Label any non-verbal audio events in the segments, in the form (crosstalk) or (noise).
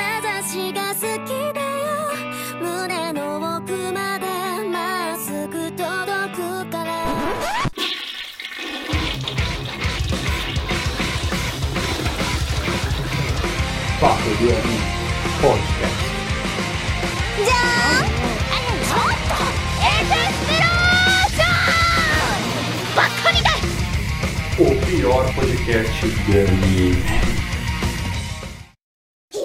私が好きだよ胸の奥までまっすぐ届くから Papo de Anime Podcast. じゃーんちょっとエクスプロージョンばっかりだ O pior podcast de anime. よ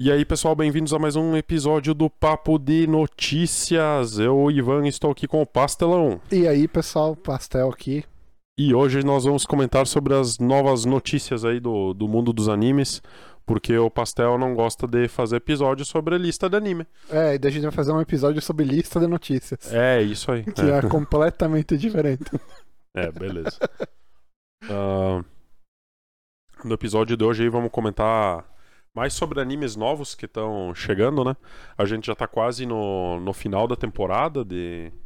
E aí, pessoal, bem-vindos a mais um episódio do Papo de Notícias. Eu, Ivan, estou aqui com o Pastelão. E aí, pessoal, pastel aqui. E hoje nós vamos comentar sobre as novas notícias aí do, do mundo dos animes, porque o Pastel não gosta de fazer episódio sobre lista de anime. É, e daí a gente vai fazer um episódio sobre lista de notícias. É, isso aí. Que (laughs) é completamente diferente. É, é beleza. Ah, no episódio de hoje aí vamos comentar mais sobre animes novos que estão chegando, né? A gente já tá quase no, no final da temporada de... de-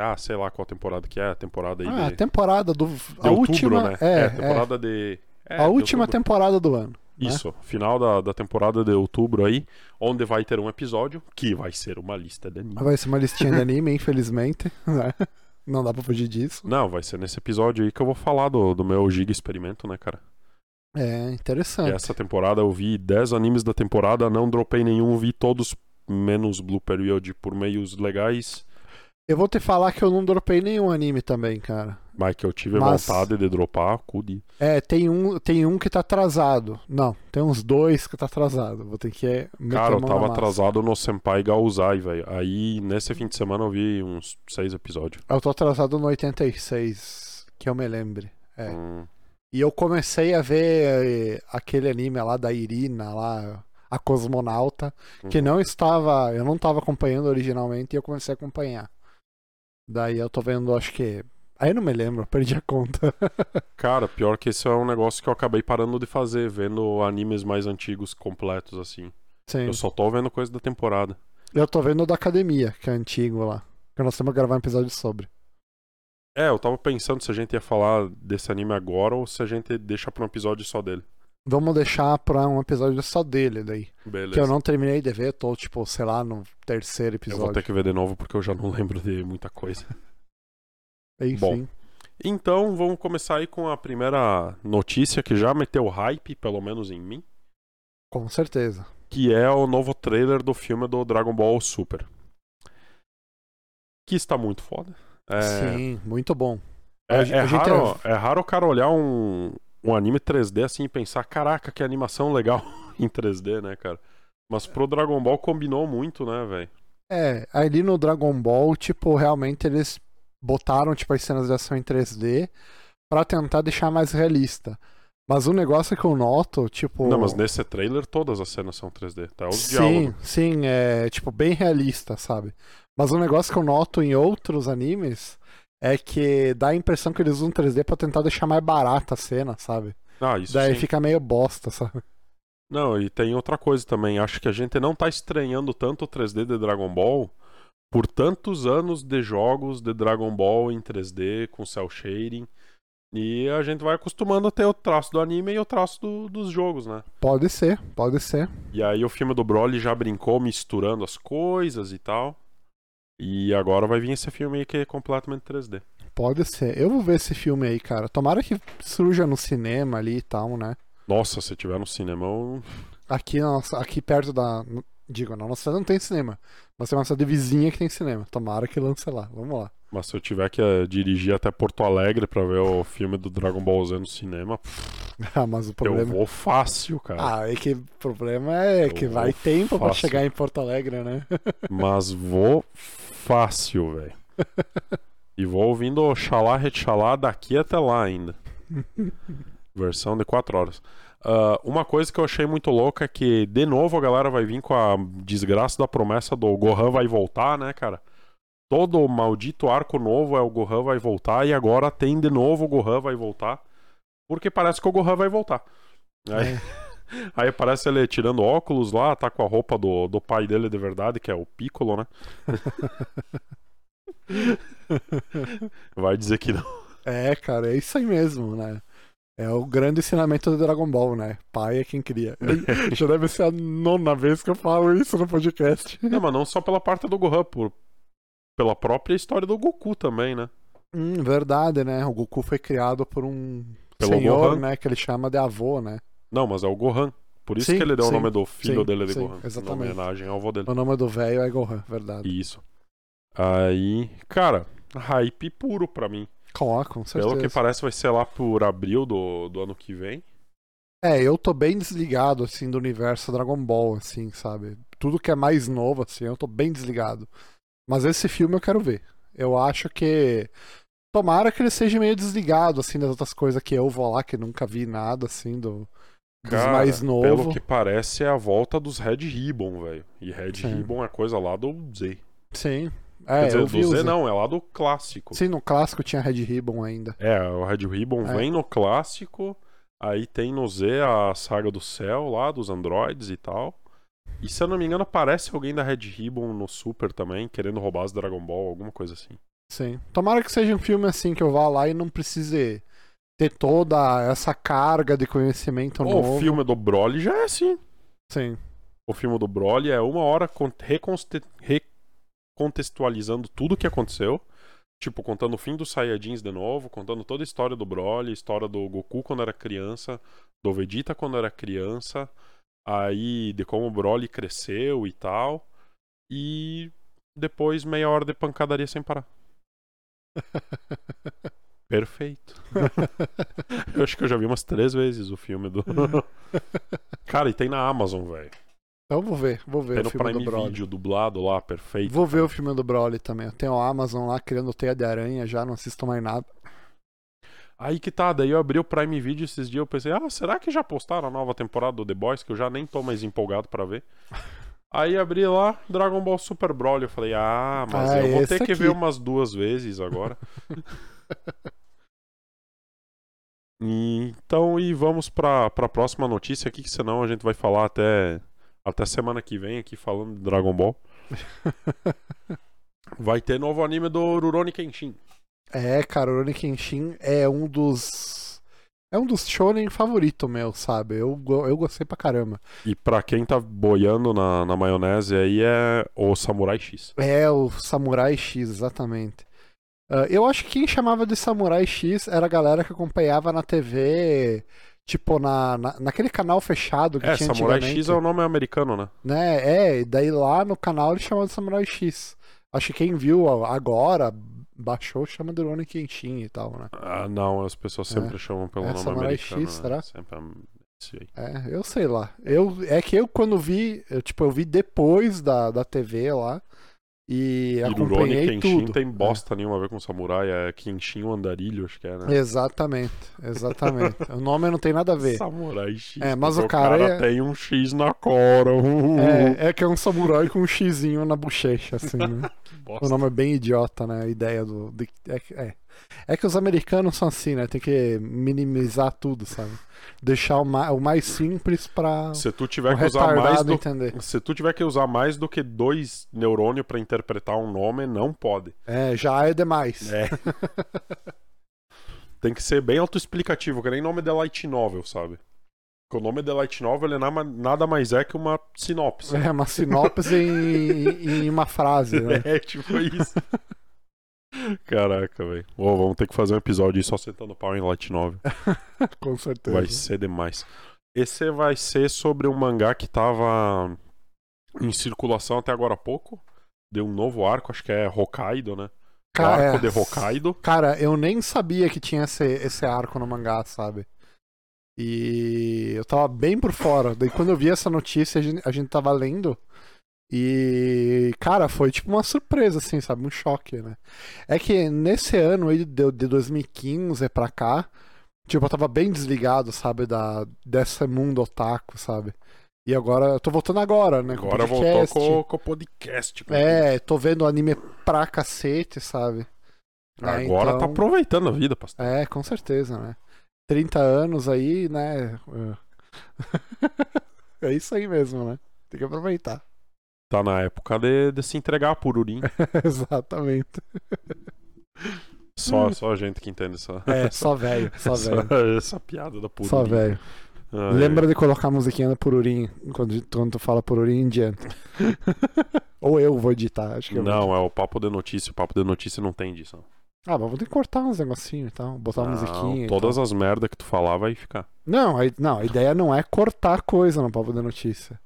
Ah, sei lá qual temporada que é, a temporada aí Ah, a de, temporada do. de A outubro, última. né? É, é. temporada de... é, a de última outubro. temporada do ano. né? Isso, final da, da temporada de outubro aí, onde vai ter um episódio que vai ser uma lista de animes. Vai ser uma listinha de anime, (laughs) infelizmente. né? Não dá pra fugir disso. Não, vai ser nesse episódio aí que eu vou falar do, do meu Giga Experimento, né, cara? É E interessante. essa temporada eu vi 10 animes da temporada, não dropei nenhum, vi todos menos Blue Period por meios legais. Eu vou te falar que eu não dropei nenhum anime também, cara. Mas que eu tive Mas- vontade de dropar, cude. É, tem um, tem um que tá atrasado. Não, tem uns dois que tá atrasado. Vou ter que. meter Cara, a eu mão na tava massa. atrasado no Senpai Gauzai, velho. Aí nesse fim de semana eu vi uns 6 episódios. Eu tô atrasado no 86, que eu me lembre. É. Hum, E eu comecei a ver eh, aquele anime lá da Irina, lá, a cosmonauta, que Uhum. não estava. Eu não estava acompanhando originalmente e eu comecei a acompanhar. Daí eu tô vendo, acho que. Aí eu não me lembro, (laughs) eu perdi a conta. Cara, pior que esse é um negócio que eu acabei parando de fazer, vendo animes mais antigos completos, assim. Sim. Eu só tô vendo coisa da temporada. Eu tô vendo o da academia, que é antigo lá. Que nós temos que gravar um episódio sobre. É, eu tava pensando se a gente ia falar desse anime agora ou se a gente deixa pra um episódio só dele. Vamos deixar pra um episódio só dele daí. Beleza. Que é eu não terminei de ver, tô, tipo, sei lá, no terceiro Eu vou episódio. ter que ver de novo porque eu já não (laughs) lembro de muita coisa. Enfim. Então, vamos começar aí com a primeira notícia que já meteu hype, pelo menos em mim, Com certeza. que é o novo trailer do filme do Dragon Ball Super. Que está muito foda. É, Sim, muito bom. é, A gente- é a gente raro, é raro o cara olhar um, um anime 3D assim e pensar, caraca, que animação legal (laughs) em 3D, né, cara? Mas pro Dragon Ball combinou muito, né, velho? É, ali no Dragon Ball, tipo, realmente eles botaram, tipo, as cenas de ação em 3D pra tentar deixar mais realista. Mas o negócio é que eu noto, tipo. Não, mas nesse trailer todas as cenas são 3D, tá? Os diálogos. Sim, sim, é tipo bem realista, sabe? Mas um negócio que eu noto em outros animes é que dá a impressão que eles usam 3D pra tentar deixar mais barata a cena, sabe? Ah, isso Daí sim. fica meio bosta, sabe? Não, e tem outra coisa também. Acho que a gente não tá estranhando tanto o 3D de Dragon Ball por tantos anos de jogos de Dragon Ball em 3D com cel shading. E a gente vai acostumando a ter o traço do anime e o traço do- dos jogos, né? Pode ser, pode ser. E aí o filme do Broly já brincou misturando as coisas e tal. E agora vai vir esse filme aí que é completamente 3D. Pode ser. Eu vou ver esse filme aí, cara. Tomara que surja no cinema ali e tal, né? Nossa, se tiver no cinema, eu... Aqui, na nossa, aqui perto da. Digo, na nossa cidade não tem cinema. Mas tem uma cidade vizinha que tem cinema. Tomara que lance lá. Vamos lá. (laughs) mas se eu tiver que eh, dirigir até Porto Alegre pra ver o filme do Dragon Ball Z no cinema, Ah, mas o problema. eu vou fácil, cara. Ah, é que o problema é que Eu vai tempo pra faço. chegar em Porto Alegre, né? (laughs) Mas vou fácil, velho. E vou ouvindo Oxalá Retxalá daqui até lá ainda. Versão de 4 horas. Ah, uma coisa que eu achei muito louca é que, de novo, a galera vai vir com a desgraça da promessa do Gohan vai voltar, né, cara? Todo maldito arco novo é o Gohan vai voltar e agora tem de novo o Gohan vai voltar. Porque parece que o Gohan vai voltar. Aí, aí parece ele tirando óculos lá, tá com a roupa do, do pai dele de verdade, que é o Piccolo, né? Vai dizer que não. (laughs) É, cara, é isso aí mesmo, né? É o grande ensinamento do Dragon Ball, né? Pai é (laughs) quem cria. Já deve ser a nona vez que eu falo isso no podcast. Não, mas não só pela parte do Gohan, por... pela própria história do Goku também, né? Hum, verdade, né? O Goku foi criado por um Pelo senhor, Gohan. né? Que ele chama de avô, né? Não, mas é o Gohan. Por isso Sim, que ele deu sim, o nome do filho sim, dele de sim, Gohan. exatamente. Em homenagem ao avô dele. O nome do velho é Gohan, verdade. Isso. Aí, cara, hype puro pra mim. Com, com certeza. Pelo que parece, vai ser lá por abril do, do ano que vem. É, eu tô bem desligado, assim, do universo Dragon Ball, assim, sabe? Tudo que é mais novo, assim, eu tô bem desligado. Mas esse filme eu quero ver. Eu acho que. Tomara que ele seja meio desligado, assim, das outras coisas que eu vou lá, que nunca vi nada, assim, do... dos Cara, mais Pelo novos. que parece, é a volta dos Red Ribbon, velho. E Red Sim. Ribbon é coisa lá do Z. Sim. Quer É, dizer, eu do vi os... Z não, é lá do clássico. Sim, no clássico tinha Red Ribbon ainda. É, o Red Ribbon É. vem no clássico, aí tem no Z a saga do céu lá, dos androides e tal. E se eu não me engano, aparece alguém da Red Ribbon no Super também, querendo roubar as Dragon Ball, alguma coisa assim. Sim. Tomara que seja um filme assim que eu vá lá e não precise ter toda essa carga de conhecimento novo. O filme do Broly já é assim. Sim. O filme do Broly é uma hora con- reconste- recontextualizando tudo o que aconteceu. Tipo, contando o fim dos Saiyajins de novo, contando toda a história do Broly, história do Goku quando era criança, do Vegeta quando era criança, aí de como o Broly cresceu e tal. E depois meia hora de pancadaria sem parar. Perfeito. (laughs) Eu acho que eu já vi umas três vezes o filme do. (laughs) Cara, e tem na Amazon, velho. Então vou ver, vou ver Tem o no filme do Prime Broly. Video dublado lá, perfeito. Vou ver o filme do Broly também. Eu tenho a Amazon lá criando teia de aranha, já não assisto mais nada. (laughs) Aí que tá, daí eu abri o Prime Video esses dias, eu pensei, ah, será que já postaram a nova temporada do The Boys, que eu já nem tô mais empolgado pra ver. Aí abri lá, Dragon Ball Super Broly, eu falei, ah, mas Ah, eu vou esse ter que aqui. ver umas duas vezes (laughs) agora. então, e vamos pra, pra próxima notícia aqui, que senão a gente vai falar até, até semana que vem aqui falando de Dragon Ball. Vai ter novo anime do Rurouni Kenshin. É, cara, Rurouni Kenshin é um dos. É um dos shonen favorito meu, sabe? Eu, go- eu gostei pra caramba. E pra quem tá boiando na, na maionese aí é o Samurai X. É o Samurai X, exatamente. Ah, eu acho que quem chamava de Samurai X era a galera que acompanhava na TV, tipo, na, na- naquele canal fechado que É, tinha Samurai antigamente. X é o nome americano, né? né? É, e daí lá no canal ele chama de Samurai X. Acho que quem viu a- agora, baixou, chama de Rurouni Kenshin e tal, né? Ah, não, as pessoas sempre chamam pelo É, nome Samurai americano. X, né? será? Sempre é esse aí. É, eu sei lá. Eu, é que eu quando vi, eu, tipo, eu vi depois da, da TV lá e E Rurouni acompanhei Kenshin tudo. É. tem bosta nenhuma a ver com Samurai, é Kenshin o Andarilho, acho que é, É. né? Exatamente, exatamente. o nome não tem nada a ver. Samurai X. É, mas porque o cara é- tem um X na cora. É, é que é um samurai com um xizinho na bochecha, assim, né? (laughs) O Bosta. nome é bem idiota, né? A ideia do. de- é, que- é. É que os americanos são assim, né? Tem que minimizar tudo, sabe? Deixar o, ma- o mais simples pra Se tu o tiver que usar mais é um retardado então. do entender. se tu tiver que usar mais do que dois neurônios pra interpretar um nome, não pode. É, já é demais. É. (laughs) Tem que ser bem autoexplicativo, que nem nome de light novel, sabe? Porque o nome de light novel ele nama- nada mais é que uma sinopse. É uma sinopse em, em uma frase, (laughs) né? (laughs) É, tipo isso. Caraca, velho. Ô, vamos ter que fazer um episódio aí só sentando pau em light (laughs) novel. Com certeza. Vai ser demais. Esse vai ser sobre um mangá que tava em circulação até agora há pouco. Deu um novo arco, acho que é Hokkaido, né? O Cara, arco de é. Hokkaido. Cara, eu nem sabia que tinha esse, esse arco no mangá, sabe? E eu tava bem por fora. Daí quando eu vi essa notícia, a gente, a gente tava lendo. E, cara, foi tipo uma surpresa, assim, sabe? Um choque, né? É que nesse ano aí, de, de 2015 pra cá, tipo, eu tava bem desligado, sabe? Da, desse mundo otaku, sabe? E agora, eu tô voltando agora, né? com o Agora voltou podcast. com, com o podcast. com É, tô vendo anime pra cacete, sabe? Agora É, tá então- aproveitando a vida, pastor. É, com certeza, né? 30 anos aí, né? É (laughs) isso aí mesmo, né? Tem que aproveitar. (laughs) Tá É. na época de, de se entregar a pururim. Exatamente. Só, só a gente que entende essa, É, só velho, Hum. (laughs) só velho. essa, essa piada da puta. Só velho. Lembra de colocar a musiquinha da Pururim quando, quando tu fala Pururim indiano. (laughs) Ou eu vou editar, acho que eu vou. Não, é o papo de notícia. O papo de notícia não tem disso. não. Ah, mas vou ter que cortar uns negocinhos e tal, botar uma Não, musiquinha. então. e Todas as merdas que tu falar vai ficar. Não, a, não, a ideia não é cortar coisa no papo da notícia.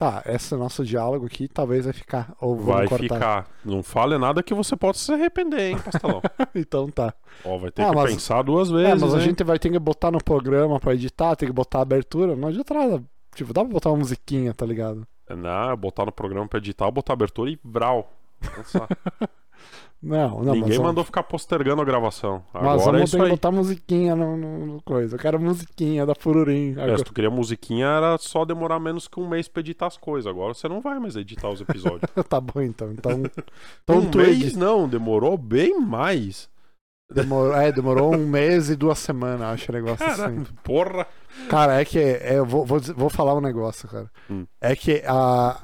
Tá, esse nosso diálogo aqui talvez vai ficar. Ou vamos Vai cortar. ficar. Não fale nada que você possa se arrepender, hein, Castelão. (laughs) então tá. Ó, vai ter Ah, que mas- pensar duas É, vezes. mas a hein? gente vai ter que botar no programa pra editar, tem que botar a abertura. Não adianta nada. Tipo, dá pra botar uma musiquinha, tá ligado? Não, botar no programa pra editar, botar abertura e vral. Lançar. Não, não, Ninguém mas, mandou ficar postergando a gravação. Mas Agora é vamos ter isso que aí. botar musiquinha no, no- no coisa. Eu quero musiquinha da Fururim. É, se tu queria musiquinha, era só demorar menos que um mês pra editar as coisas. Agora você não vai mais editar os episódios. (laughs) tá bom (laughs) então. Então, (laughs) então um tu mês edi- não, demorou bem mais. demorou, é, demorou um mês e duas semanas, acho o negócio Cara, assim. (laughs) porra. Cara, é que é, eu vou, vou, dizer- vou falar um negócio, cara. Hum. É que a.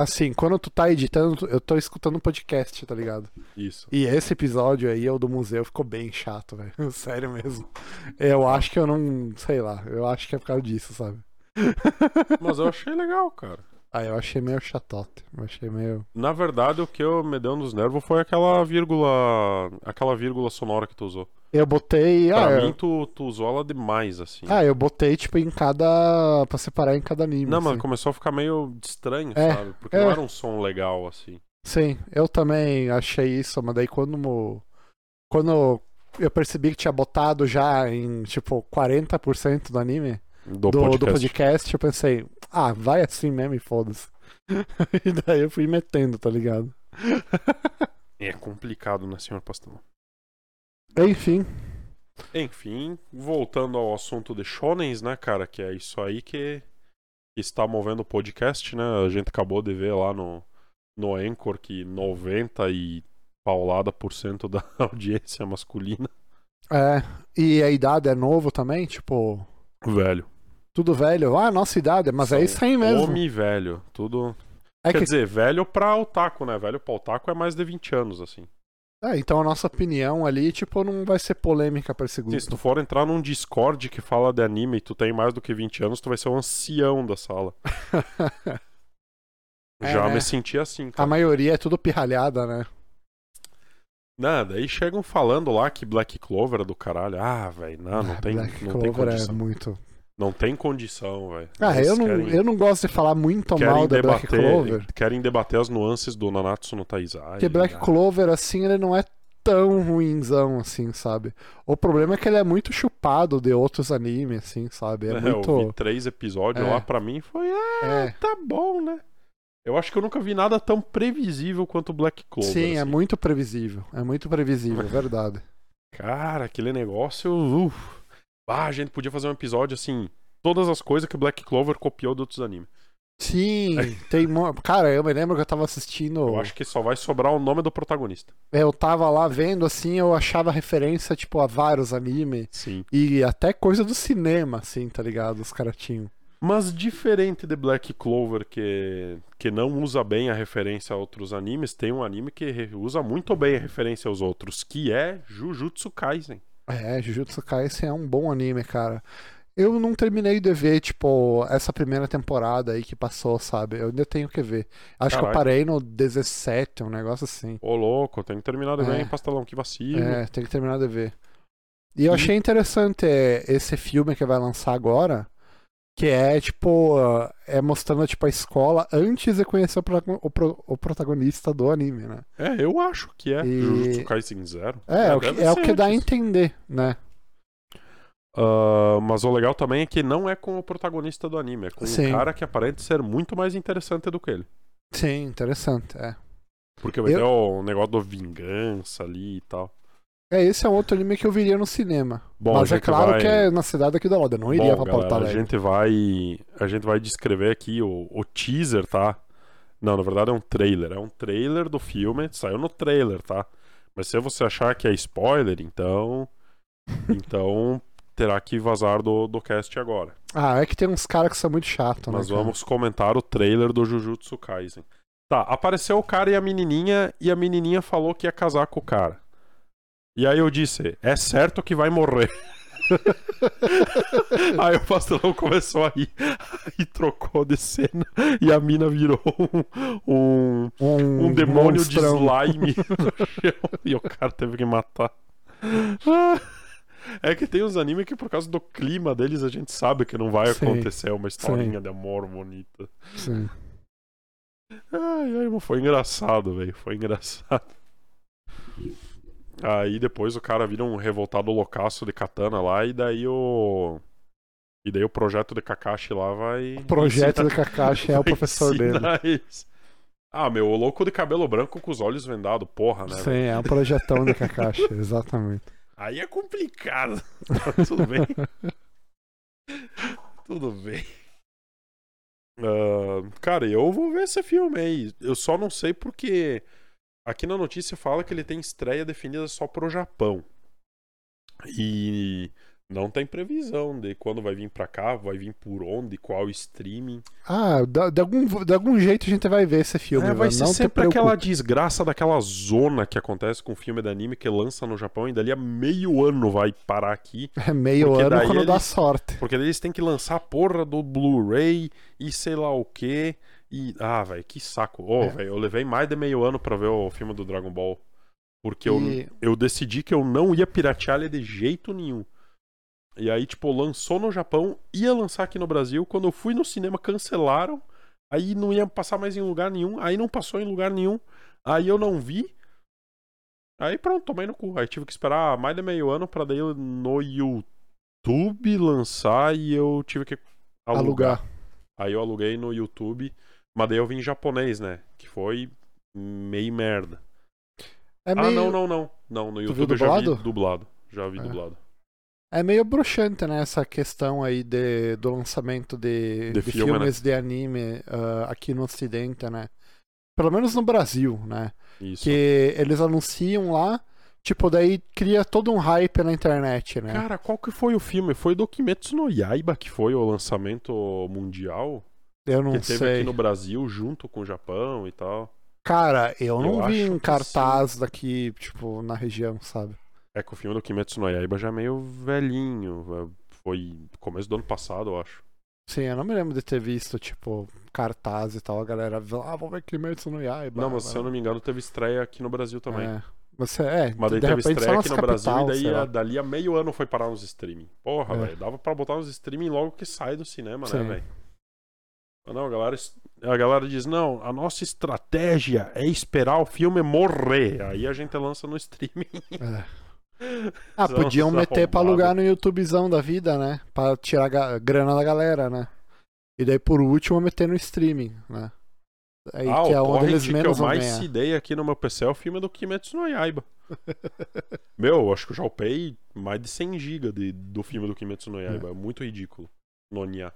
Assim, quando tu tá editando, tu- eu tô escutando podcast, tá ligado? Isso. E esse episódio aí, o do museu, ficou bem chato, velho. (laughs) Sério mesmo. Eu acho que eu não. Sei lá. Eu acho que é por causa disso, sabe? Mas eu achei legal, cara. Ah, eu achei meio chatote. Eu achei meio. Na verdade, o que eu me deu nos nervos foi aquela vírgula. Aquela vírgula sonora que tu usou. Eu botei. Ah, pra eu... mim, tu, tu usou ela demais, assim. ah, eu botei, tipo, em cada. pra separar em cada anime. Não, assim. mas começou a ficar meio estranho, É, sabe? Porque é. não era um som legal, assim. Sim, eu também achei isso, mas daí quando, mo- quando eu percebi que tinha botado já em tipo 40% do anime, Do, do, do podcast. podcast, eu pensei, ah, vai assim mesmo e foda-se. (laughs) e daí eu fui metendo, tá ligado? (laughs) É complicado, né, senhor Pastelão? Enfim, Enfim, voltando ao assunto de shonens, né, cara? Que é isso aí que que está movendo o podcast, né? A gente acabou de ver lá no, no Anchor que 90 e paulada por cento da (laughs) audiência é masculina. é, e a idade é novo também, tipo, Velho. tudo velho, ah, nossa idade, mas é isso aí mesmo. Homem e velho. Tudo. É Quer que, dizer, velho pra otaku, né? Velho pra otaku é mais de 20 anos, assim. é, então a nossa opinião ali, tipo, não vai ser polêmica pra esse Sim, grupo. se tu for entrar num Discord que fala de anime e tu tem mais do que 20 anos, tu vai ser um ancião da sala. É, Já né? me senti assim, (laughs) a cara. maioria é tudo pirralhada, né? Nada, aí chegam falando lá que Black Clover é do caralho. Ah, velho, não, não Ah, tem, Black não tem Clover condição. é muito. Não tem condição, velho. Ah, Eles eu não, querem, eu não gosto de falar muito querem mal da Black debater, Clover. Querem debater as nuances do Nanatsu no Taizai. Porque Black Ah, Clover, assim, ele não é tão ruinzão, assim, sabe? O problema é que ele é muito chupado de outros animes, assim, (laughs) sabe? É, né, Eu vi muito. três episódios É. lá, pra mim foi, ah, É. tá bom, né? Eu acho que eu nunca vi nada tão previsível quanto Black Clover. Sim, é assim. muito previsível. É muito previsível, (laughs) é verdade. Cara, aquele negócio. uf. Ah, a gente podia fazer um episódio assim. Todas as coisas que Black Clover copiou de outros animes. Sim, tem. mo- Cara, eu me lembro que eu tava assistindo. Eu acho que só vai sobrar o nome do protagonista. Eu tava lá vendo, assim, eu achava referência, tipo, a vários animes. Sim. E até coisa do cinema, assim, tá ligado? Os caras tinham. Mas diferente de Black Clover, que, que não usa bem a referência a outros animes, tem um anime que re- usa muito bem a referência aos outros, que é Jujutsu Kaisen. É, Jujutsu Kaisen é um bom anime, cara. Eu não terminei de ver, tipo, essa primeira temporada aí que passou, sabe? Eu ainda tenho que ver. Acho que eu Caraca. parei no 17, um negócio assim. Ô louco, tem que terminar de É. ver, hein, pastelão, que vacilo. É, tem que terminar de ver. E eu E- achei interessante é, esse filme que vai lançar agora, que é, tipo, uh, é mostrando, tipo, a escola antes de conhecer o, pro- o pro- o protagonista do anime, né? É, eu acho que é. E- Jujutsu Kaisen Zero. É, é o que, deve é o ser que dá a antes. entender, né? Ah, mas o legal também é que não é com o protagonista do anime, é com Sim. um cara que aparenta ser muito mais interessante do que ele. Sim, interessante, é. Porque vai Eu- ter o negócio do vingança ali e tal. É, esse é um outro anime que eu viria no cinema. Bom, Mas a é gente claro vai... que é na cidade aqui da Loda, eu não iria Bom, pra Porto galera, a Alegre. gente vai a gente vai descrever aqui o, o teaser, tá? Não, na verdade é um trailer, é um trailer do filme, saiu no trailer, tá? Mas se você achar que é spoiler, então então terá que vazar do, do cast agora. Ah, é que tem uns caras que são muito chatos, né? Nós (laughs) cara? vamos comentar o trailer do Jujutsu Kaisen. Tá, apareceu o cara e a menininha, e a menininha falou que ia casar com o cara. E aí eu disse, é certo que vai morrer. (laughs) aí o pastelão começou a rir e trocou de cena e a mina virou um, um, Um, um demônio de monstrão. slime (laughs) no chão e o cara teve que matar. É que tem uns animes que por causa do clima deles a gente sabe que não vai Sim, acontecer uma historinha de amor bonita. Sim. Ai, ai, mas foi engraçado, velho. Foi engraçado. Aí depois o cara vira um revoltado loucaço de katana lá, e daí o. E daí o projeto de Kakashi lá vai. O projeto ensinar- do Kakashi (laughs) é o vai professor dele. ensinar eles. Ah, meu, o louco de cabelo branco com os olhos vendados, porra, né? Sim, velho? é o projetão do Kakashi, (laughs) exatamente. Aí é complicado. (laughs) Tudo bem. Tudo bem. Ah, cara, eu vou ver esse filme aí. Eu só não sei porque aqui na notícia fala que ele tem estreia definida só pro Japão. E não tem previsão de quando vai vir pra cá, vai vir por onde, qual streaming. Ah, da- de, algum, de algum jeito a gente vai ver esse filme. É, vai velho, ser não sempre te aquela preocupe. desgraça daquela zona que acontece com filme de anime que lança no Japão e dali a meio ano vai parar aqui. É meio Porque daí ano quando dá eles- sorte. Porque daí eles têm que lançar a porra do Blu-ray e sei lá o que. E. Ah, velho, que saco. Ô, É. velho, eu levei mais de meio ano pra ver o filme do Dragon Ball. Porque E- eu, eu decidi que eu não ia piratear ele de jeito nenhum. E aí, tipo, lançou no Japão, ia lançar aqui no Brasil. Quando eu fui no cinema, cancelaram. Aí não ia passar mais em lugar nenhum. Aí não passou em lugar nenhum. Aí eu não vi. Aí pronto, tomei no cu. Aí tive que esperar mais de meio ano pra daí no YouTube lançar e eu tive que alugar. Alugar. Aí eu aluguei no YouTube, mas daí eu vi em japonês, né? Que foi meio merda. É Ah, meio, não, não, não. Não, no viu YouTube eu já vi dublado? dublado. Já vi É. dublado. É meio bruxante, né? Essa questão aí de, do lançamento de, De de filme, né? filmes de anime ah, aqui no Ocidente, né? Pelo menos no Brasil, né? Isso. Que eles anunciam lá, tipo, daí cria todo um hype na internet, né? Cara, qual que foi o filme? Foi do Kimetsu no Yaiba que foi o lançamento mundial? Eu não que teve sei. aqui no Brasil junto com o Japão e tal. Cara, eu não Eu vi acho em que cartaz daqui, tipo, na região, sabe? É que o filme do Kimetsu no Yaiba já é meio velhinho. é, Foi começo do ano passado, eu acho. Sim, eu não me lembro de ter visto, tipo, cartaz e tal, a galera, ah, vou ver Kimetsu no Yaiba. não, mas se eu não me engano, teve estreia aqui no Brasil também. É. Você, é, Mas daí de teve repente só estreia nas aqui no capital, Brasil e sei daí é lá. a- dali a meio ano foi parar nos streaming. Porra, É. velho. Dava pra botar nos streaming logo que sai do cinema, né, Sim. velho? Mas não, a galera, a galera diz: não, a nossa estratégia é esperar o filme morrer. Aí a gente lança no streaming. (laughs) É. Ah, São podiam os meter pra arrombados. alugar no YouTubezão da vida, né? Pra tirar ga- grana da galera, né? E daí por último meter no streaming, né? Aí ah, que o é onde torrent eles que eu menos vão mais ganhar. cidei aqui no meu PC é o filme do Kimetsu no (laughs) Yaiba. meu, eu acho que eu já upei mais de 100 GB de, do filme do Kimetsu no Yaiba. É muito ridículo. Nonia.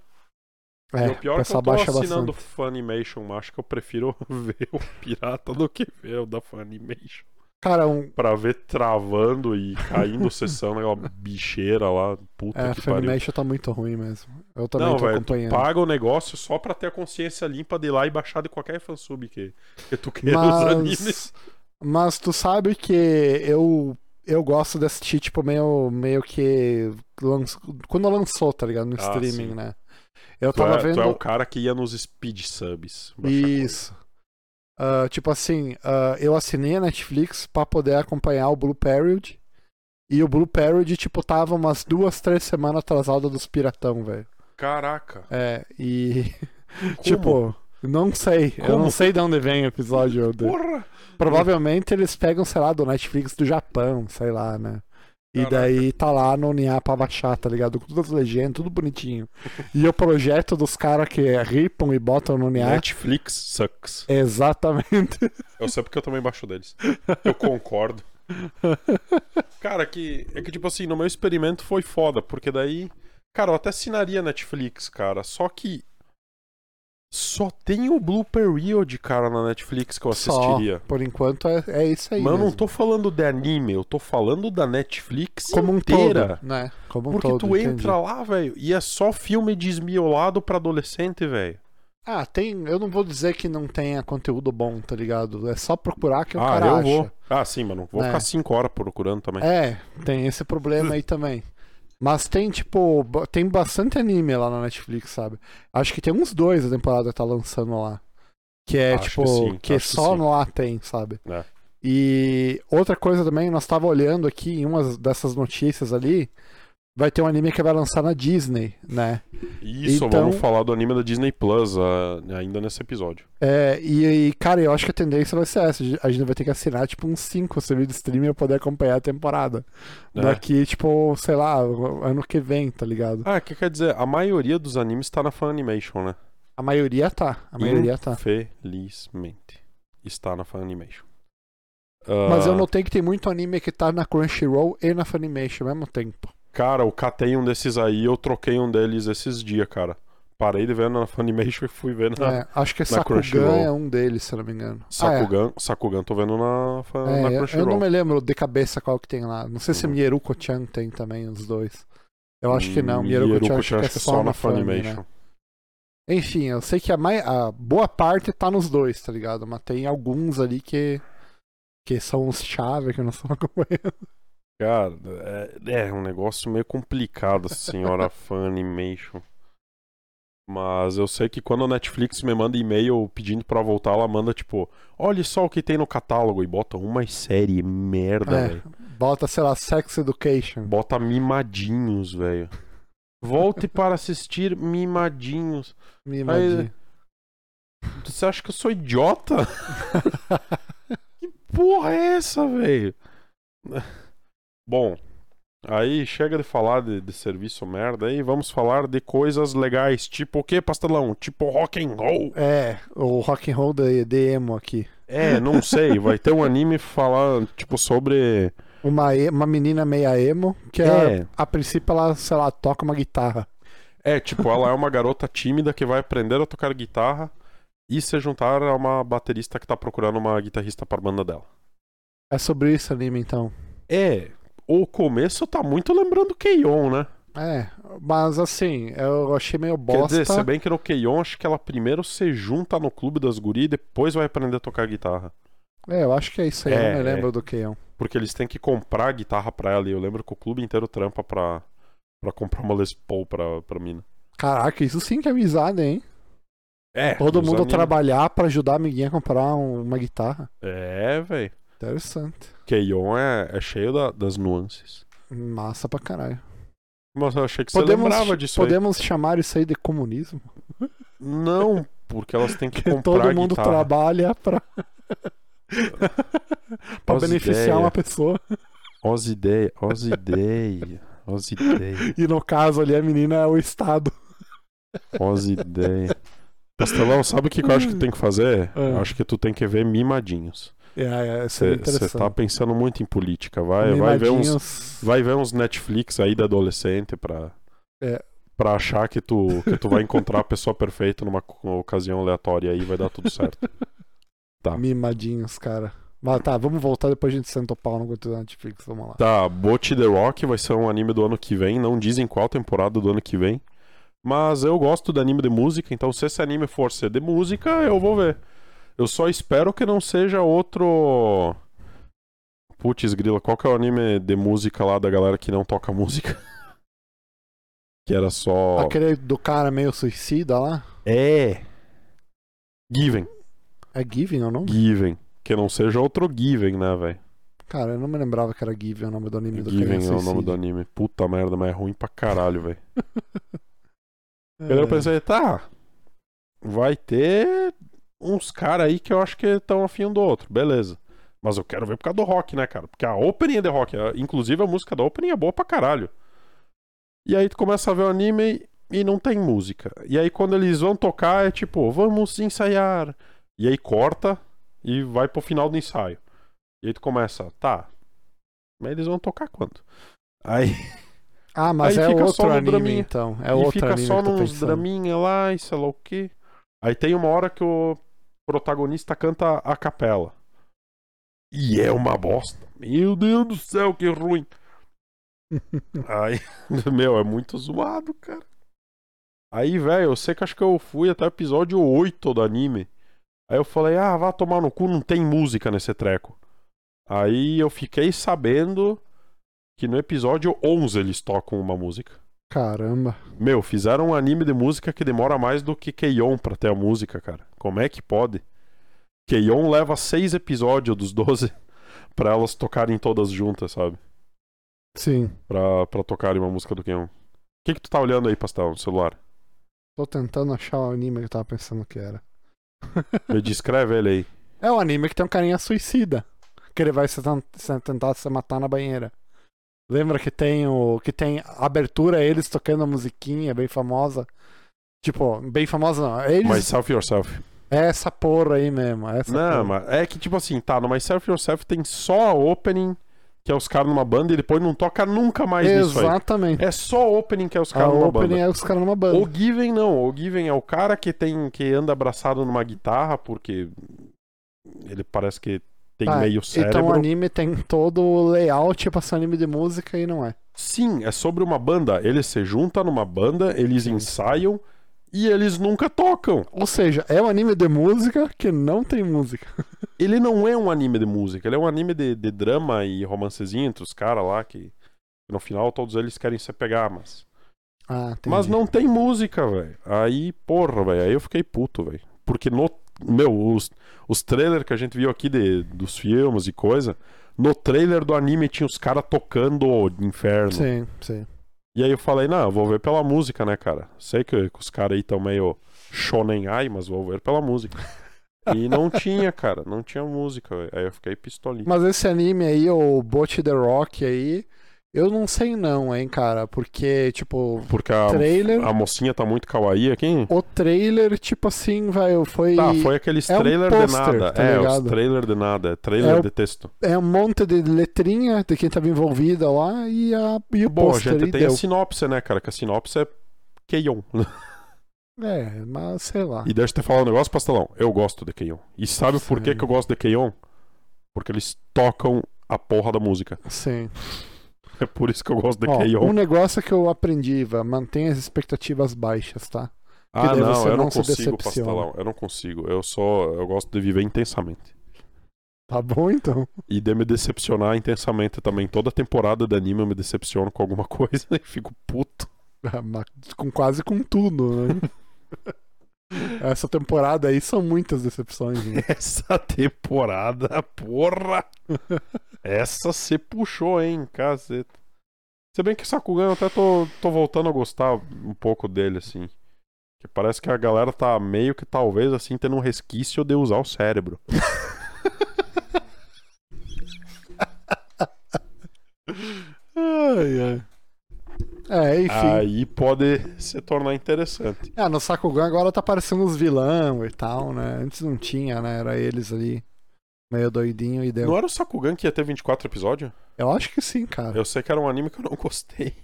É, e o pior o é que eu pessoal tô baixa assinando bastante. Funimation, acho que eu prefiro (laughs) ver o pirata do que ver o da Funimation. Cara, um, Pra ver travando e (laughs) caindo sessão naquela bicheira lá, puta é, né? que pariu. Funimation tá muito ruim mesmo. Eu também Não, tô velho, tu acompanhando. paga o negócio só pra ter a consciência limpa de ir lá e baixar de qualquer fansub que, que tu queira os animes. Mas, mas tu sabe que eu eu gosto de assistir, tipo, meio, meio que. lanç- Quando lançou, tá ligado? No Ah, streaming, sim. né? Eu Tu tava é, vendo. tu é o cara que ia nos speed subs. baixar Isso. Ah, tipo assim, ah, eu assinei a Netflix pra poder acompanhar o Blue Period. E o Blue Period, tipo, tava umas duas, três semanas atrasado dos Piratão, velho. coisa. Caraca. É, e. (laughs) Como? Tipo, não sei. Eu Como? não sei de onde vem o episódio. de- (laughs) Porra! Provavelmente eles pegam, sei lá, do Netflix do Japão, sei lá, né? E Caraca. daí tá lá no Nia pra baixar, tá ligado? Com todas as legendas, tudo bonitinho. E o projeto dos caras que ripam e botam no (laughs) Né? Nia. Netflix sucks. é Exatamente. Eu sei porque eu também baixo deles. Eu concordo. Cara, que é que tipo assim, no meu experimento foi foda, porque daí, cara, eu até assinaria Netflix, cara, só que só tem o Blue Period, cara, na Netflix que eu assistiria. Só, por enquanto é, é isso aí. Mas eu não mesmo. tô falando de anime, eu tô falando da Netflix como um inteira. todo, né? Como um porque todo, tu entendi. entra lá, velho, e é só filme desmiolado pra adolescente, velho. Ah, tem. Eu não vou dizer que não tenha conteúdo bom, tá ligado? É só procurar que o ah, cara eu acha. vou. Ah, sim, mano. Vou É. ficar 5 horas procurando também. É, tem esse problema aí também. Mas tem, tipo, ba- tem bastante anime lá na Netflix, sabe? Acho que tem uns dois a temporada que tá lançando lá. Que é, Acho tipo, que sim, que acho que só sim. lá tem, sabe? É. E outra coisa também, nós tava olhando aqui em uma dessas notícias ali, vai ter um anime que vai lançar na Disney, né? Isso, Então- vamos falar do anime da Disney Plus ah, ainda nesse episódio. É, e, e, cara, eu acho que a tendência vai ser essa. A gente vai ter que assinar, tipo, uns 5 serviços de streaming pra poder acompanhar a temporada. É. Daqui, tipo, sei lá, ano que vem, tá ligado? Ah, o que quer dizer? A maioria dos animes tá na Funimation, né? A maioria tá. Uhum. A maioria tá. Felizmente. Está na Funimation. Mas eu Ah, notei que tem muito anime que tá na Crunchyroll e na Funimation ao mesmo tempo. Cara, eu catei um desses aí eu troquei um deles esses dias, cara. Parei de ver na Funimation e fui ver na É, acho que Ah. na Sakugan Crunchyroll. é um deles, se eu não me engano. Ah, Sakugan. Sakugan tô vendo na, fa- na é. É, eu- eu não Crunchyroll. me lembro de cabeça qual que tem lá. Não sei se é Uhum. Mieruko-chan tem também, os dois. Eu acho que não. Hum, Mieruko-chan Mieruko-chan acho que é só na Funimation. Funimation. Enfim, eu sei que a, mai- a boa parte tá nos dois, tá ligado? Mas tem alguns ali que. que são os chave que eu não (laughs) sou acompanhando. Cara, é, é um negócio meio complicado, assim, (laughs) senhora Funimation. Mas eu sei que quando a Netflix me manda e-mail pedindo pra voltar, ela manda tipo: olha só o que tem no catálogo e bota uma série merda, É. velho. Bota, sei lá, Sex Education. Bota mimadinhos, velho. Volte para assistir mimadinhos. Me Aí- mande. Você acha que eu sou idiota? (laughs) porra é essa, velho? Bom, aí chega de falar de, de serviço merda aí, vamos falar de coisas legais, tipo o que, pastelão? Tipo rock and roll. É, o rock and roll da de emo aqui. É, não sei, vai ter um anime falando, tipo, sobre... Uma, e- uma menina meia emo, que É. a, a princípio ela, sei lá, toca uma guitarra. É, tipo, ela é uma garota tímida que vai aprender a tocar guitarra e se juntar a uma baterista que tá procurando uma guitarrista pra banda dela. É sobre isso anime, então. É, o começo tá muito lembrando Keion, né? É, mas assim, eu achei meio bosta. Quer dizer, se bem que no Keion, acho que ela primeiro se junta no clube das guri e depois vai aprender a tocar guitarra. É, eu acho que é isso aí, eu É, não me lembro é. do que é. Porque eles têm que comprar a guitarra pra ela. E eu lembro que o clube inteiro trampa pra, pra comprar uma Les Paul pra, pra mina. Caraca, isso sim que é amizade, hein? É, Todo os mundo anime- trabalhar pra ajudar a amiguinha a comprar um- uma guitarra. É, velho. Interessante. Keion é, é cheio da- das nuances. Massa pra caralho. Mas eu achei que você lembrava disso aí. podemos chamar isso aí de comunismo? Não, porque elas (laughs) têm que Porque comprar todo a mundo guitarra. (laughs) trabalha pra. pra As beneficiar ideia. uma pessoa. Os ideia, os ideia, os ideia, (laughs) E no caso ali, a menina é o Estado. os ideia. Pastelão, sabe o que que eu acho que tem que fazer? Ah. Eu Acho que tu tem que ver mimadinhos. É, (laughs) é seria Você interessante. tá pensando muito em política. Vai, vai, ver, uns, Mimadinhos. vai ver uns Netflix aí da adolescente pra, É. pra achar que tu, que tu vai encontrar a pessoa perfeita numa co- ocasião aleatória aí vai dar tudo (laughs) certo. tá. Mimadinhos, cara. Mas tá, vamos voltar depois a gente senta o pau no conteúdo da Netflix. Vamos lá. Tá, Bot The Rock vai ser um anime do ano que vem. Não dizem qual temporada do ano que vem. Mas eu gosto de anime de música, então se esse anime for ser de música, eu vou ver. Eu só espero que não seja outro. Putz, grila, qual que é o anime de música lá da galera que não toca música? (laughs) que era só. Aquele do cara meio suicida lá. É! Given, É Giving ou não? Given. Que não seja outro Given, né, velho? Cara, eu não me lembrava que era Giving o nome do anime do cara Given é o nome suicida. do anime. Puta merda, mas é ruim pra caralho, velho. Aí É. eu pensei, tá, vai ter uns caras aí que eu acho que estão afim um do outro, beleza. Mas eu quero ver por causa do rock, né, cara? Porque a opening é de rock, a- inclusive a música da opening é boa pra caralho. E aí tu começa a ver o anime e não tem música. E aí quando eles vão tocar é tipo, vamos ensaiar. E aí corta e vai pro final do ensaio. E aí tu começa, tá, mas eles vão tocar quando? Aí Ah, mas Aí é fica só outro no anime, draminha. então. É e outro fica anime só que eu tô nos pensando. draminha lá e sei lá o quê. Aí tem uma hora que o protagonista canta a capela. E é uma bosta. Meu Deus do céu, que (laughs) (laughs) ruim. Aí, meu, é muito zoado, cara. Aí, velho, eu sei que acho que eu fui até o episódio 8 do anime. Aí eu falei, ah, vá tomar no cu, não tem música nesse treco. Aí eu fiquei sabendo que no episódio 11 eles tocam uma música. Caramba. Meu, fizeram um anime de música que demora mais do que Keion pra ter a música, cara. Como é que pode? Keion leva seis episódios dos 12 (laughs) pra elas tocarem todas juntas, sabe? Sim. Pra, pra tocarem uma música do Keion. O que, que tu tá olhando aí, Pastel, no celular? Tô tentando achar o anime que eu tava pensando (laughs) que era. Me (laughs) descreve ele aí. É um anime que tem um carinha suicida. Que ele vai se tan- se tentar se matar na banheira. Lembra que tem o. que tem a abertura eles tocando a musiquinha bem famosa? Tipo, bem famosa não. Eles. Mas Myself Yourself. É essa porra aí mesmo. Essa porra. Não, mas é que tipo assim, tá, no Myself Yourself tem só a opening, que é os caras numa banda, e depois não toca nunca mais nisso aí. Exatamente. É só a opening que é os a caras numa banda. opening é os caras numa banda. O Given não, o Given é o cara que tem que anda abraçado numa guitarra porque ele parece que tem Ah, meio cérebro. Então o anime tem todo o layout pra ser um anime de música e não é. Sim, é sobre uma banda. Eles se juntam numa banda, eles ensaiam e eles nunca tocam. Ou seja, é um anime de música que não tem música. Ele não é um anime de música, ele é um anime de, de drama e romancezinho entre os caras lá que no final todos eles querem se pegar, mas Ah, tem. Mas não tem música, velho. Aí, porra, velho. Aí eu fiquei puto, velho. Porque no. Meu, os, os trailers que a gente viu aqui de, dos filmes e coisa. No trailer do anime tinha os caras tocando o inferno. Sim, sim. E aí eu falei, não, eu vou ver pela música, né, cara? Sei que, que os caras aí tão meio shonen ai, mas vou ver pela música. E (laughs) não tinha, cara, não tinha música, velho. Aí eu fiquei pistolinho. Mas esse anime aí, o Bot The Rock aí, eu não sei não, hein, cara. Porque, tipo, Porque a, trailer. a mocinha tá muito kawaii aqui. O trailer, tipo assim, velho, foi. Tá, foi aqueles é um trailer de pôster, nada. tá é, ligado? os trailer de nada. É trailer É o- de texto. É um monte de letrinha de quem tava envolvida lá e, a, e o Bom, a pôster gente aí tem deu. a sinopse, né, cara? Que a sinopse é Keion. É, mas sei lá. (laughs) E deixa eu te falar um negócio, pastelão. Eu gosto de Keion. E sabe por que, Sim. que eu gosto de Keion? Porque eles tocam a porra da música. (laughs) Sim. É por isso que eu gosto de Ó, Keion. um negócio que eu aprendi, Iva, mantenha as expectativas baixas, tá? Ah, daí não, você eu não não se consigo, decepciona. pastelão. Eu não consigo. Eu só. Eu gosto de viver intensamente. Tá bom então? (laughs) E de me decepcionar intensamente também. Toda temporada de anime eu me decepciono com alguma (laughs) coisa e fico puto. Ah, mas com quase com tudo, (laughs) né? Essa temporada aí são muitas decepções. né? (laughs) Essa temporada, porra! Essa se puxou, hein, caceta. Se bem que Sakugan eu até tô, tô voltando a gostar um pouco dele, assim. Que parece que a galera tá meio que talvez assim tendo um resquício de usar o cérebro. ai, ai. É, enfim. Aí pode (laughs) se tornar interessante. Ah, no Sakugan agora tá aparecendo os vilão e tal, né? Antes não tinha, né? Era eles ali, meio doidinho e deu. Não era o Sakugan que ia ter 24 episódios? Eu acho que sim, cara. Eu sei que era um anime que eu não (laughs) gostei.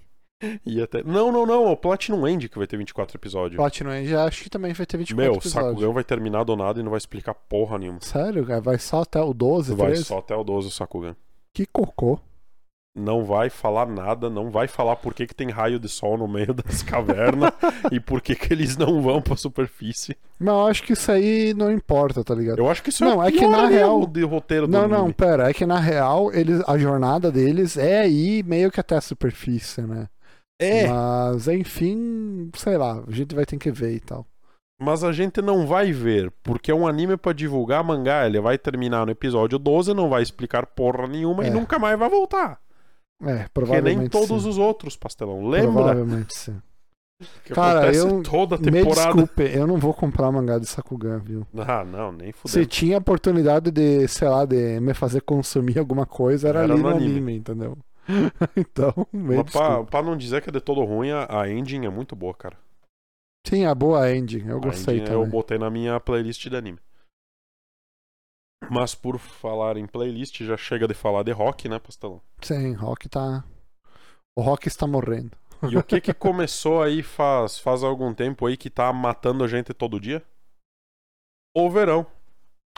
Ia ter... Não, não, não. É o Platinum End que vai ter 24 episódios. Platinum Age é. acho que também vai ter 24 Meu, o episódios. Sakugan vai terminar do nada e não vai explicar porra nenhuma. Sério, cara? Vai só até o 12, Vai 13? só até o 12 o Sakugan. Que cocô. não vai falar nada, não vai falar por que, que tem raio de sol no meio (laughs) das (laughs) cavernas e por que, que eles não vão pra superfície. Mas eu acho que isso aí não importa, tá ligado? Eu acho que isso Não, é, o é que pior na erro real- de roteiro do Não, não, anime. pera. É que na real, eles, a jornada deles é aí meio que até a superfície, né? É, Mas, enfim, sei lá, a gente vai ter que ver e tal. mas a gente não vai ver, porque é um anime pra divulgar mangá, ele vai terminar no episódio 12, não vai explicar porra nenhuma e É. nunca mais vai voltar. É, Que provavelmente. nem todos sim. os outros, pastelão. Lembra Provavelmente sim. que Cara, acontece eu- toda Me temporada. desculpe, eu não vou comprar mangá de Sakugan, viu? Ah, não, nem Se fudeu. tinha a oportunidade de, sei lá, de me fazer consumir alguma coisa, era, Era ali no no anime, anime. entendeu? (laughs) então, meio Mas pra, pra não dizer que é de todo ruim, a- a ending é muito boa, cara. Sim, a boa ending, é eu gostei Ainda Eu também. botei na minha playlist de anime. Mas por falar em playlist, já chega de falar de rock, né, Pastelão? Sim, Rock tá. O Rock está morrendo. E o (laughs) que que começou aí faz, faz algum tempo aí que tá matando a gente todo dia? O verão.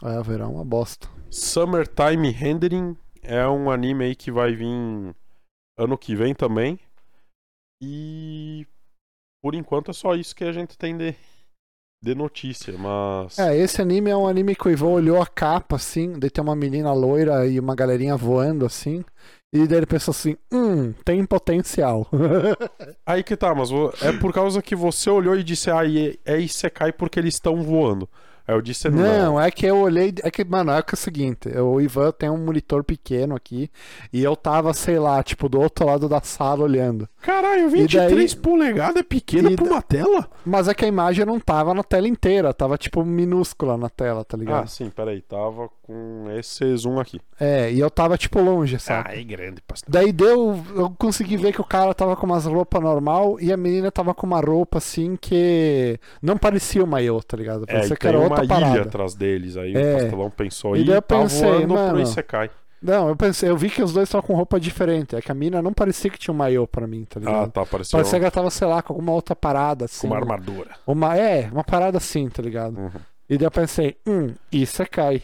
É, o verão é uma bosta. Summertime Rendering é um anime aí que vai vir ano que vem também. E Por enquanto é só isso que a gente tem de, de notícia, mas. É, esse anime é um anime que o Ivan olhou a capa, assim, daí tem uma menina loira e uma galerinha voando, assim, e daí ele pensou assim, hum, tem potencial. (laughs) Aí que tá, mas vo- é por causa que você olhou e disse, ah, e- é Isekai porque eles estão voando. Aí eu disse, não. Não, é que eu olhei. É que, mano, é que é o seguinte: o Ivan tem um monitor pequeno aqui. E eu tava, sei lá, tipo, do outro lado da sala olhando. Caralho, daí- 23 polegadas é pequeno e pra da- uma tela? Mas é que a imagem não tava na tela inteira. Tava, tipo, minúscula na tela, tá Ah, ligado? sim, peraí, tava com esse zoom aqui. É, e eu tava, tipo, longe, sabe? é grande, pastel. Daí deu. Eu consegui ver que o cara tava com umas roupas normal. E a menina tava com uma roupa, assim, que. Não parecia uma eu, tá É, ligado? Parecia e que tem era outra uma ilha parada. atrás deles, aí É. o pastelão pensou, E e daí eu tá pensei, voando mano, pro Isekai. Não, eu pensei, eu vi que os dois estavam com roupa diferente. É que a mina não parecia que tinha uma eu pra mim, tá ligado? Ah, tá, pareceu Parecia que ela tava, sei lá, com alguma outra parada, assim. com uma armadura. Uma- é, uma parada assim, tá ligado? Uhum. E daí eu pensei, hum, isso é (laughs) cai.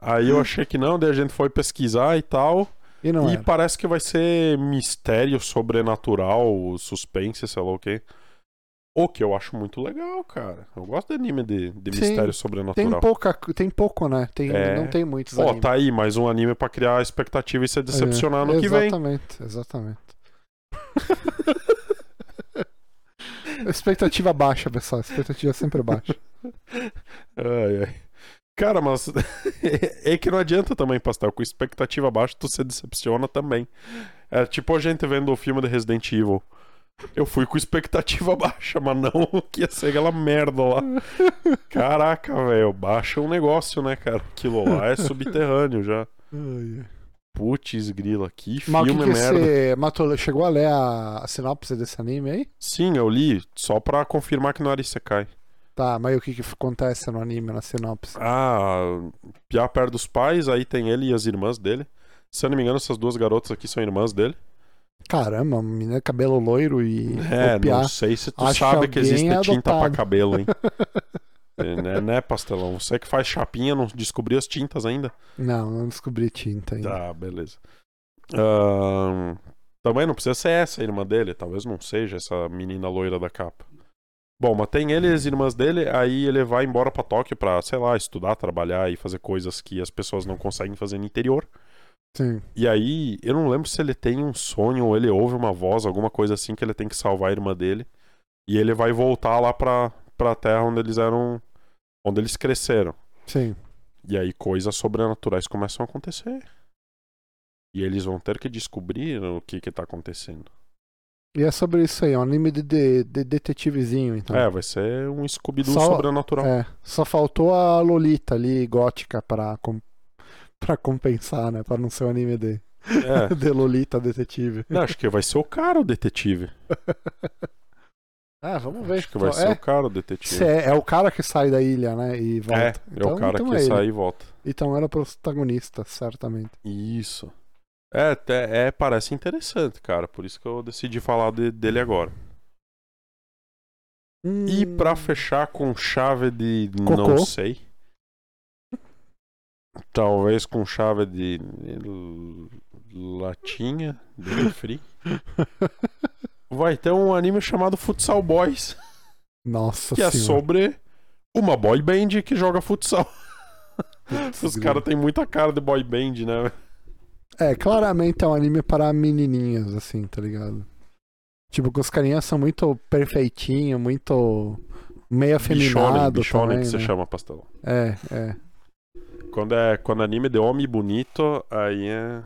Aí eu achei que não, daí a gente foi pesquisar e tal. E não é. e era. parece que vai ser mistério sobrenatural, suspense, sei lá o quê. O que eu acho muito legal, cara. Eu gosto de anime de, de Sim, mistério Tem sobrenatural. pouca, tem pouco, né? Tem, É. Não tem muitos Ó, animes. É, tá aí, mais um anime pra criar expectativa e se decepcionar no que vem. Exatamente, exatamente. (laughs) expectativa baixa, pessoal. Expectativa sempre baixa. Ai, ai. Cara, mas (laughs) é que não adianta também, Pastel. Com expectativa baixa, tu se decepciona também. É tipo a gente vendo o filme de Resident Evil. Eu fui com expectativa (laughs) baixa, mas não (laughs) que ia ser aquela merda lá. Caraca, velho, baixa um negócio, né, cara? Aquilo lá é subterrâneo já. Putz, grila, que Mas o que, filme que merda. você matou, chegou a ler a, a sinopse desse anime aí? Sim, eu li, só pra confirmar que não era Isekai. Tá, mas o que, que acontece no anime, na sinopse? Ah, Pia perto dos pais, aí tem ele e as irmãs dele. Se eu não me engano, essas duas garotas aqui são irmãs dele. Caramba, menina, cabelo loiro e. É, o piá. não sei se tu Acho que sabe que alguém existe é tinta pra adotado. cabelo, hein? É, né, né, pastelão? Você que faz chapinha, não descobriu as tintas ainda? (laughs) Não, não descobri tinta ainda. Tá, beleza. Ahn, também não precisa ser essa a irmã dele, talvez não seja essa menina loira da capa. Bom, mas tem ele e as irmãs dele, aí ele vai embora pra Tóquio pra, sei lá, estudar, trabalhar e fazer coisas que as pessoas não conseguem fazer no interior. Sim. E aí, eu não lembro se ele tem um sonho ou ele ouve uma voz, alguma coisa assim, que ele tem que salvar a irmã dele. E ele vai voltar lá pra, pra terra onde eles eram. onde eles cresceram. Sim. E aí coisas sobrenaturais começam a acontecer. E eles vão ter que descobrir o que que tá acontecendo. E é sobre isso aí, é um anime de, de- de detetivezinho, então. É, vai ser um Scooby-Doo Só- sobrenatural. É, Só faltou a Lolita ali, gótica, pra, com... pra compensar, né? Pra não ser um anime de, É. de Lolita detetive. (laughs) Não, acho que vai ser o cara o detetive. Ah, vamos ver. Acho que vai Então, ser é, o cara o detetive. se é, é o cara que sai da ilha, né? E volta. É, é Então- o cara então que é ele. sai e volta. Então era o protagonista, certamente. Isso. É, até, é, parece interessante, cara. Por isso que eu decidi falar de- dele agora. E Hum, pra fechar com chave de não Cocô. sei. Talvez com chave de latinha, de free. (laughs) Vai ter um anime chamado Futsal Boys, Nossa que é senhora. sobre uma boy band que joga futsal. (laughs) Putz, Os grilo. caras têm muita cara de boy band, né? É, claramente é um anime para menininhas, assim, tá ligado? Tipo, que os carinhas são muito perfeitinho, muito meio Bichone, afeminado bichone também, que você né? chama, pastelão. É, é. Quando é quando anime de homem bonito, aí é,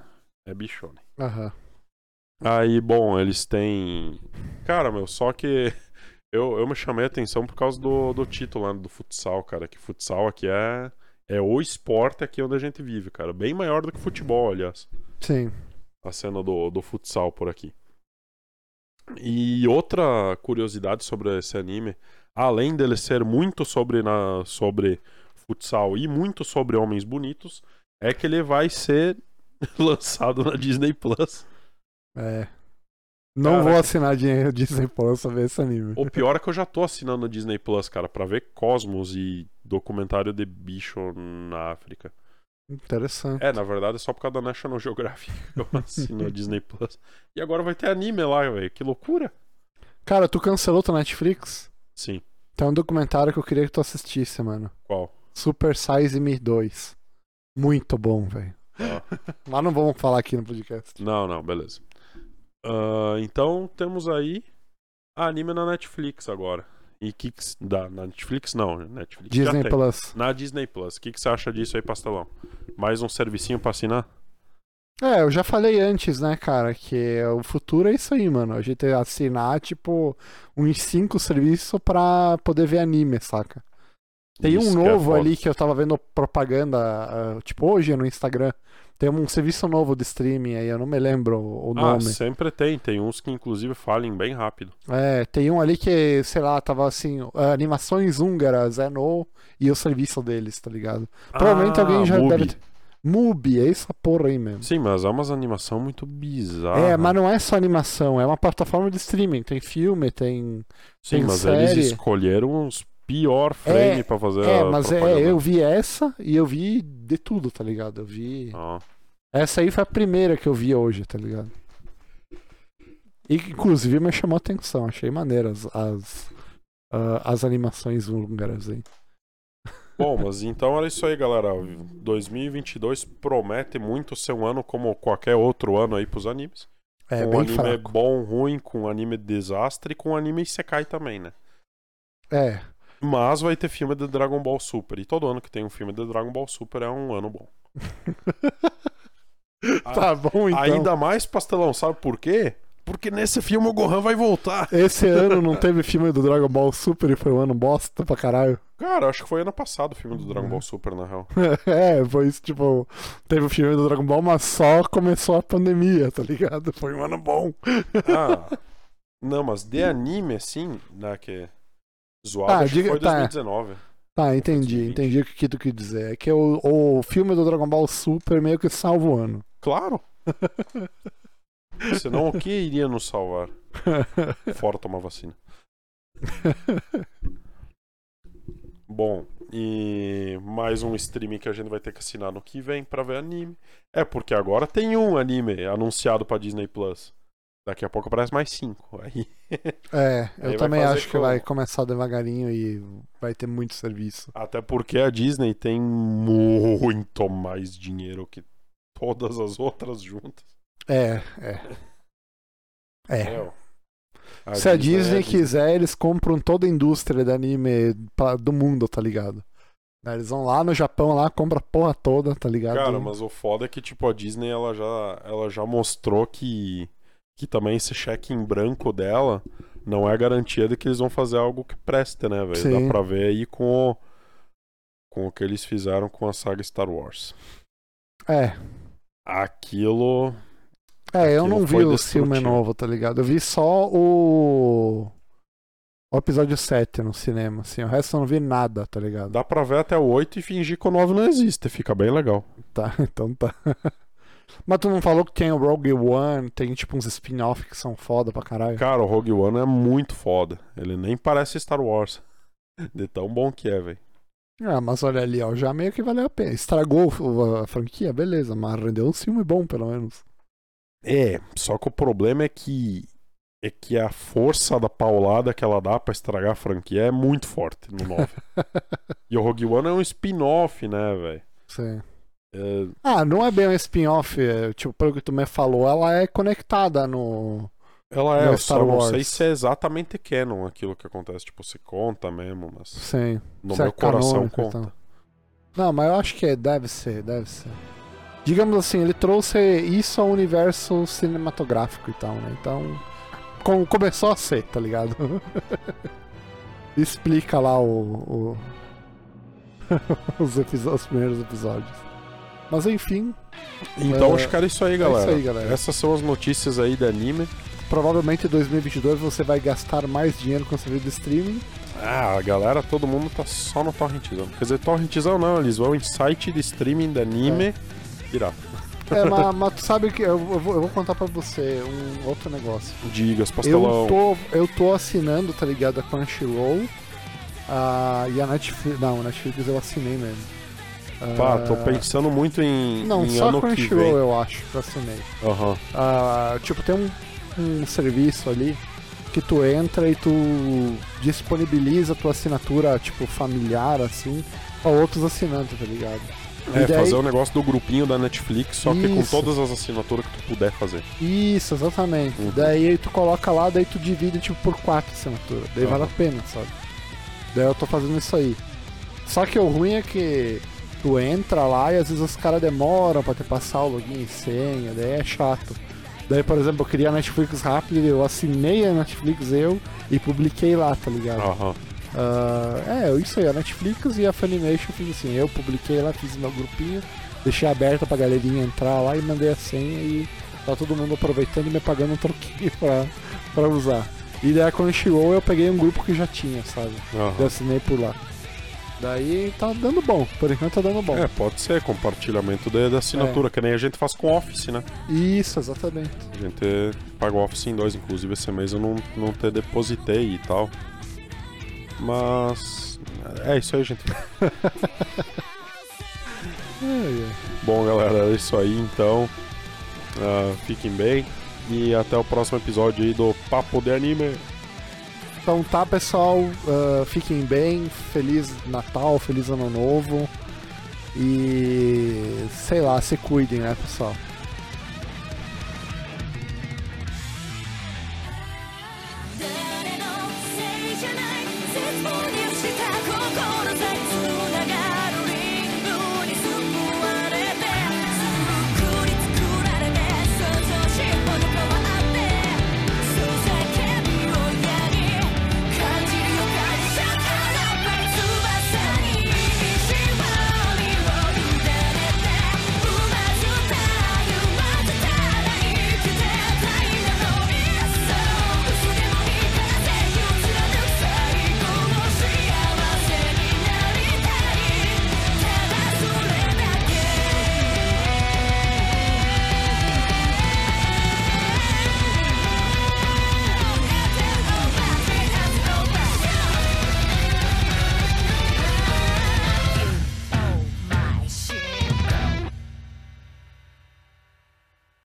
é bichone. Aham. Aí, bom, eles têm. Cara, meu, só que (laughs) eu, eu me chamei a atenção por causa do, do título né, do futsal, cara. Que futsal aqui é, é o esporte aqui onde a gente vive, cara. Bem maior do que futebol, aliás. Sim. A cena do, do futsal por aqui. E outra curiosidade sobre esse anime, além dele ser muito sobre, na, sobre futsal e muito sobre homens bonitos, é que ele vai ser (laughs) lançado na Disney Plus. É. Não Caraca. vou assinar dinheiro Disney Plus pra ver esse anime. O pior é que eu já tô assinando o Disney Plus, cara, pra ver Cosmos e documentário de bicho na África. Interessante. É, na verdade é só por causa da (laughs) National Geographic que eu assino o Disney Plus. E agora vai ter anime lá, velho. Que loucura. Cara, tu cancelou tua Netflix? Sim. Tem um documentário que eu queria que tu assistisse, mano. Qual? Super Size Me 2. Muito bom, velho. Ó. Mas não vamos falar aqui no podcast. Não, não, beleza. Ah, então temos aí anime na Netflix agora. E que que s- da na Netflix não, né? Netflix já Disney tem. Plus. Na Disney Plus. O que, que você acha disso aí, pastelão? Mais um servicinho pra assinar? É, eu já falei antes, né, cara, que o futuro é isso aí, mano. A gente assinar, tipo, uns cinco serviços pra poder ver anime, saca? Tem um Isso que é novo foda. ali que eu tava vendo propaganda, ah, tipo, hoje no Instagram. Tem um serviço novo de streaming aí, eu não me lembro é o o Ah, nome. sempre tem. Tem uns que inclusive falem bem rápido. É, tem um ali que, sei lá, tava assim, ah, animações húngaras, é no, e o serviço deles, tá ligado? Provavelmente Ah, alguém já Mubi. deve ter. Mubi, é essa porra aí mesmo. Sim, mas é umas animação muito bizarra. É, mas não é só animação, é uma plataforma de streaming. Tem filme, tem. Sim, tem mas série. eles escolheram uns pior frame É, pra fazer É, a mas é, propaganda. eu vi essa e eu vi de tudo, tá ligado? Eu vi. Ah, Essa aí foi a primeira que eu vi hoje, tá ligado? E que, inclusive me chamou a atenção, achei maneiras as, ah, as animações húngaras aí. (laughs) Bom, mas então era isso aí, galera. 2022 promete muito ser um ano como qualquer outro ano aí pros animes. É com bem um anime fraco. bom, ruim, com um anime desastre e com um anime Isekai também, né? É. Mas vai ter filme de Dragon Ball Super. E todo ano que tem um filme de Dragon Ball Super é um ano bom. tá bom então. Ah, Ainda mais, pastelão, sabe por quê? Porque nesse filme o Gohan vai voltar. Esse ano não teve filme do Dragon Ball Super e foi um ano bosta pra caralho. Cara, acho que foi ano passado o filme do Dragon Ball Super, na (laughs) real. É, foi isso, tipo, teve o filme do Dragon Ball, mas só começou a pandemia, tá ligado? (laughs) Foi um ano bom. Ah, não, mas de anime, assim, né, que é zoado, Tá, acho que diga- foi tá. 2019. Tá, entendi, 2020. entendi o que que tu quis dizer. É que o, o filme do Dragon Ball Super meio que salva o ano. (laughs) Claro. Senão o que iria nos salvar? Fora tomar vacina. Bom, e mais um streaming que a gente vai ter que assinar no que vem pra ver anime. É porque agora tem um anime anunciado pra Disney Plus. Daqui a pouco aparece mais cinco. Aí (laughs) É, Aí eu vai também fazer acho que como? vai começar devagarinho e vai ter muito serviço. Até porque a Disney tem muito mais dinheiro que todas as outras juntas. É, é. É. Meu, Se a Disney é quiser, eles compram toda a indústria de anime pra- do mundo, tá ligado? Né, Eles vão lá no Japão, lá, compra a porra toda, tá ligado? Cara, mas o foda é que, tipo, a Disney, ela já, ela já mostrou que, que também esse cheque em branco dela não é garantia de que eles vão fazer algo que preste, né, velho? Sim. Dá pra ver aí com o, com o que eles fizeram com a saga Star Wars. É, Aquilo... É, eu Aquilo não vi foi o destrutivo. filme novo, tá ligado? Eu vi só o. O episódio 7 no cinema, assim. O resto eu não vi nada, tá ligado? Dá pra ver até o 8 e fingir que o 9 não existe. Fica bem legal. Tá, (laughs) então tá. Mas tu não falou que tem o Rogue One, tem tipo uns spin-off que são foda pra caralho. Cara, o Rogue One é muito foda. Ele nem parece Star Wars. (laughs) De tão bom que é, velho. Ah, mas olha ali, ó, já meio que valeu a pena. Estragou o- a franquia, beleza, mas rendeu um filme bom, pelo menos. É, só que o problema é que é que a força da paulada que ela dá pra estragar a franquia é muito forte no (laughs) 9. e o Rogue One é um spin-off, né, velho? Sim. É, Ah, não é bem um spin-off, é, tipo, pelo que tu me falou, ela é conectada no. ela é, Não é eu Star só não Wars. sei se é exatamente canon aquilo que acontece, tipo, se conta mesmo, mas Sim. no Se é meu coração canônico, conta. então. Não, mas eu acho que é, deve ser, deve ser. Digamos assim, ele trouxe isso ao universo cinematográfico e tal, né? Então, com- começou a ser, tá ligado? (laughs) Explica lá o, (laughs) o- os, episo- os primeiros episódios. Mas enfim, Então É, acho que era isso aí, é galera. isso aí, galera. Essas são as notícias aí de anime. provavelmente em 2022 você vai gastar mais dinheiro com o serviço de streaming. Ah, a galera, todo mundo tá só no torrentzão. Quer dizer, torrentzão não, eles vão em site de streaming de anime pirata. (laughs) É, mas, mas tu sabe que eu, eu vou, eu vou contar pra você um outro negócio. Digas, Eu pastelão. tô, eu tô assinando, tá ligado? A Crunchyroll ah, e a Netflix. Não, a Netflix eu assinei mesmo. Pá, Ah, tô pensando muito em, Não, em só a ano que vem. Crunchyroll eu acho que eu assinei. Aham. Ah, tipo, tem um, um serviço ali que tu entra e tu disponibiliza tua assinatura, tipo, familiar, assim, a outros assinantes, tá ligado? É, E daí- fazer o negócio do grupinho da Netflix, só que com Isso. todas as assinaturas que tu puder fazer. Isso, exatamente. Uhum. Daí aí tu coloca lá, daí tu divide tipo por quatro assinaturas. Daí vale a Aham. pena, sabe? Daí eu tô fazendo isso aí. Só que o ruim é que tu entra lá e às vezes os caras demoram pra te passar o login e senha, daí é chato. Daí, por exemplo, eu queria a Netflix rápido, eu assinei a Netflix eu e publiquei lá, tá ligado? Aham. Ah, é, isso aí, a Netflix e a Funimation eu fiz assim, eu publiquei lá, fiz meu grupinho, deixei aberto pra galerinha entrar lá e mandei a senha e tá todo mundo aproveitando e me pagando um troquinho (laughs) pra, pra usar. E daí quando chegou eu peguei um grupo que já tinha, sabe? aham. Eu assinei por lá. Daí tá dando bom, por enquanto tá dando bom. É. É, pode ser compartilhamento da, da assinatura, que nem a gente faz com Office, né? Isso, exatamente. A gente pagou Office em dois, inclusive esse mês eu não, não te depositei e tal. Mas. É isso aí, gente. É, Bom, galera, é isso aí então. Ah, fiquem bem e até o próximo episódio aí do Papo de Anime. é. Então tá, pessoal, ah, fiquem bem, feliz Natal, feliz Ano Novo. E sei lá, se cuidem, né, pessoal?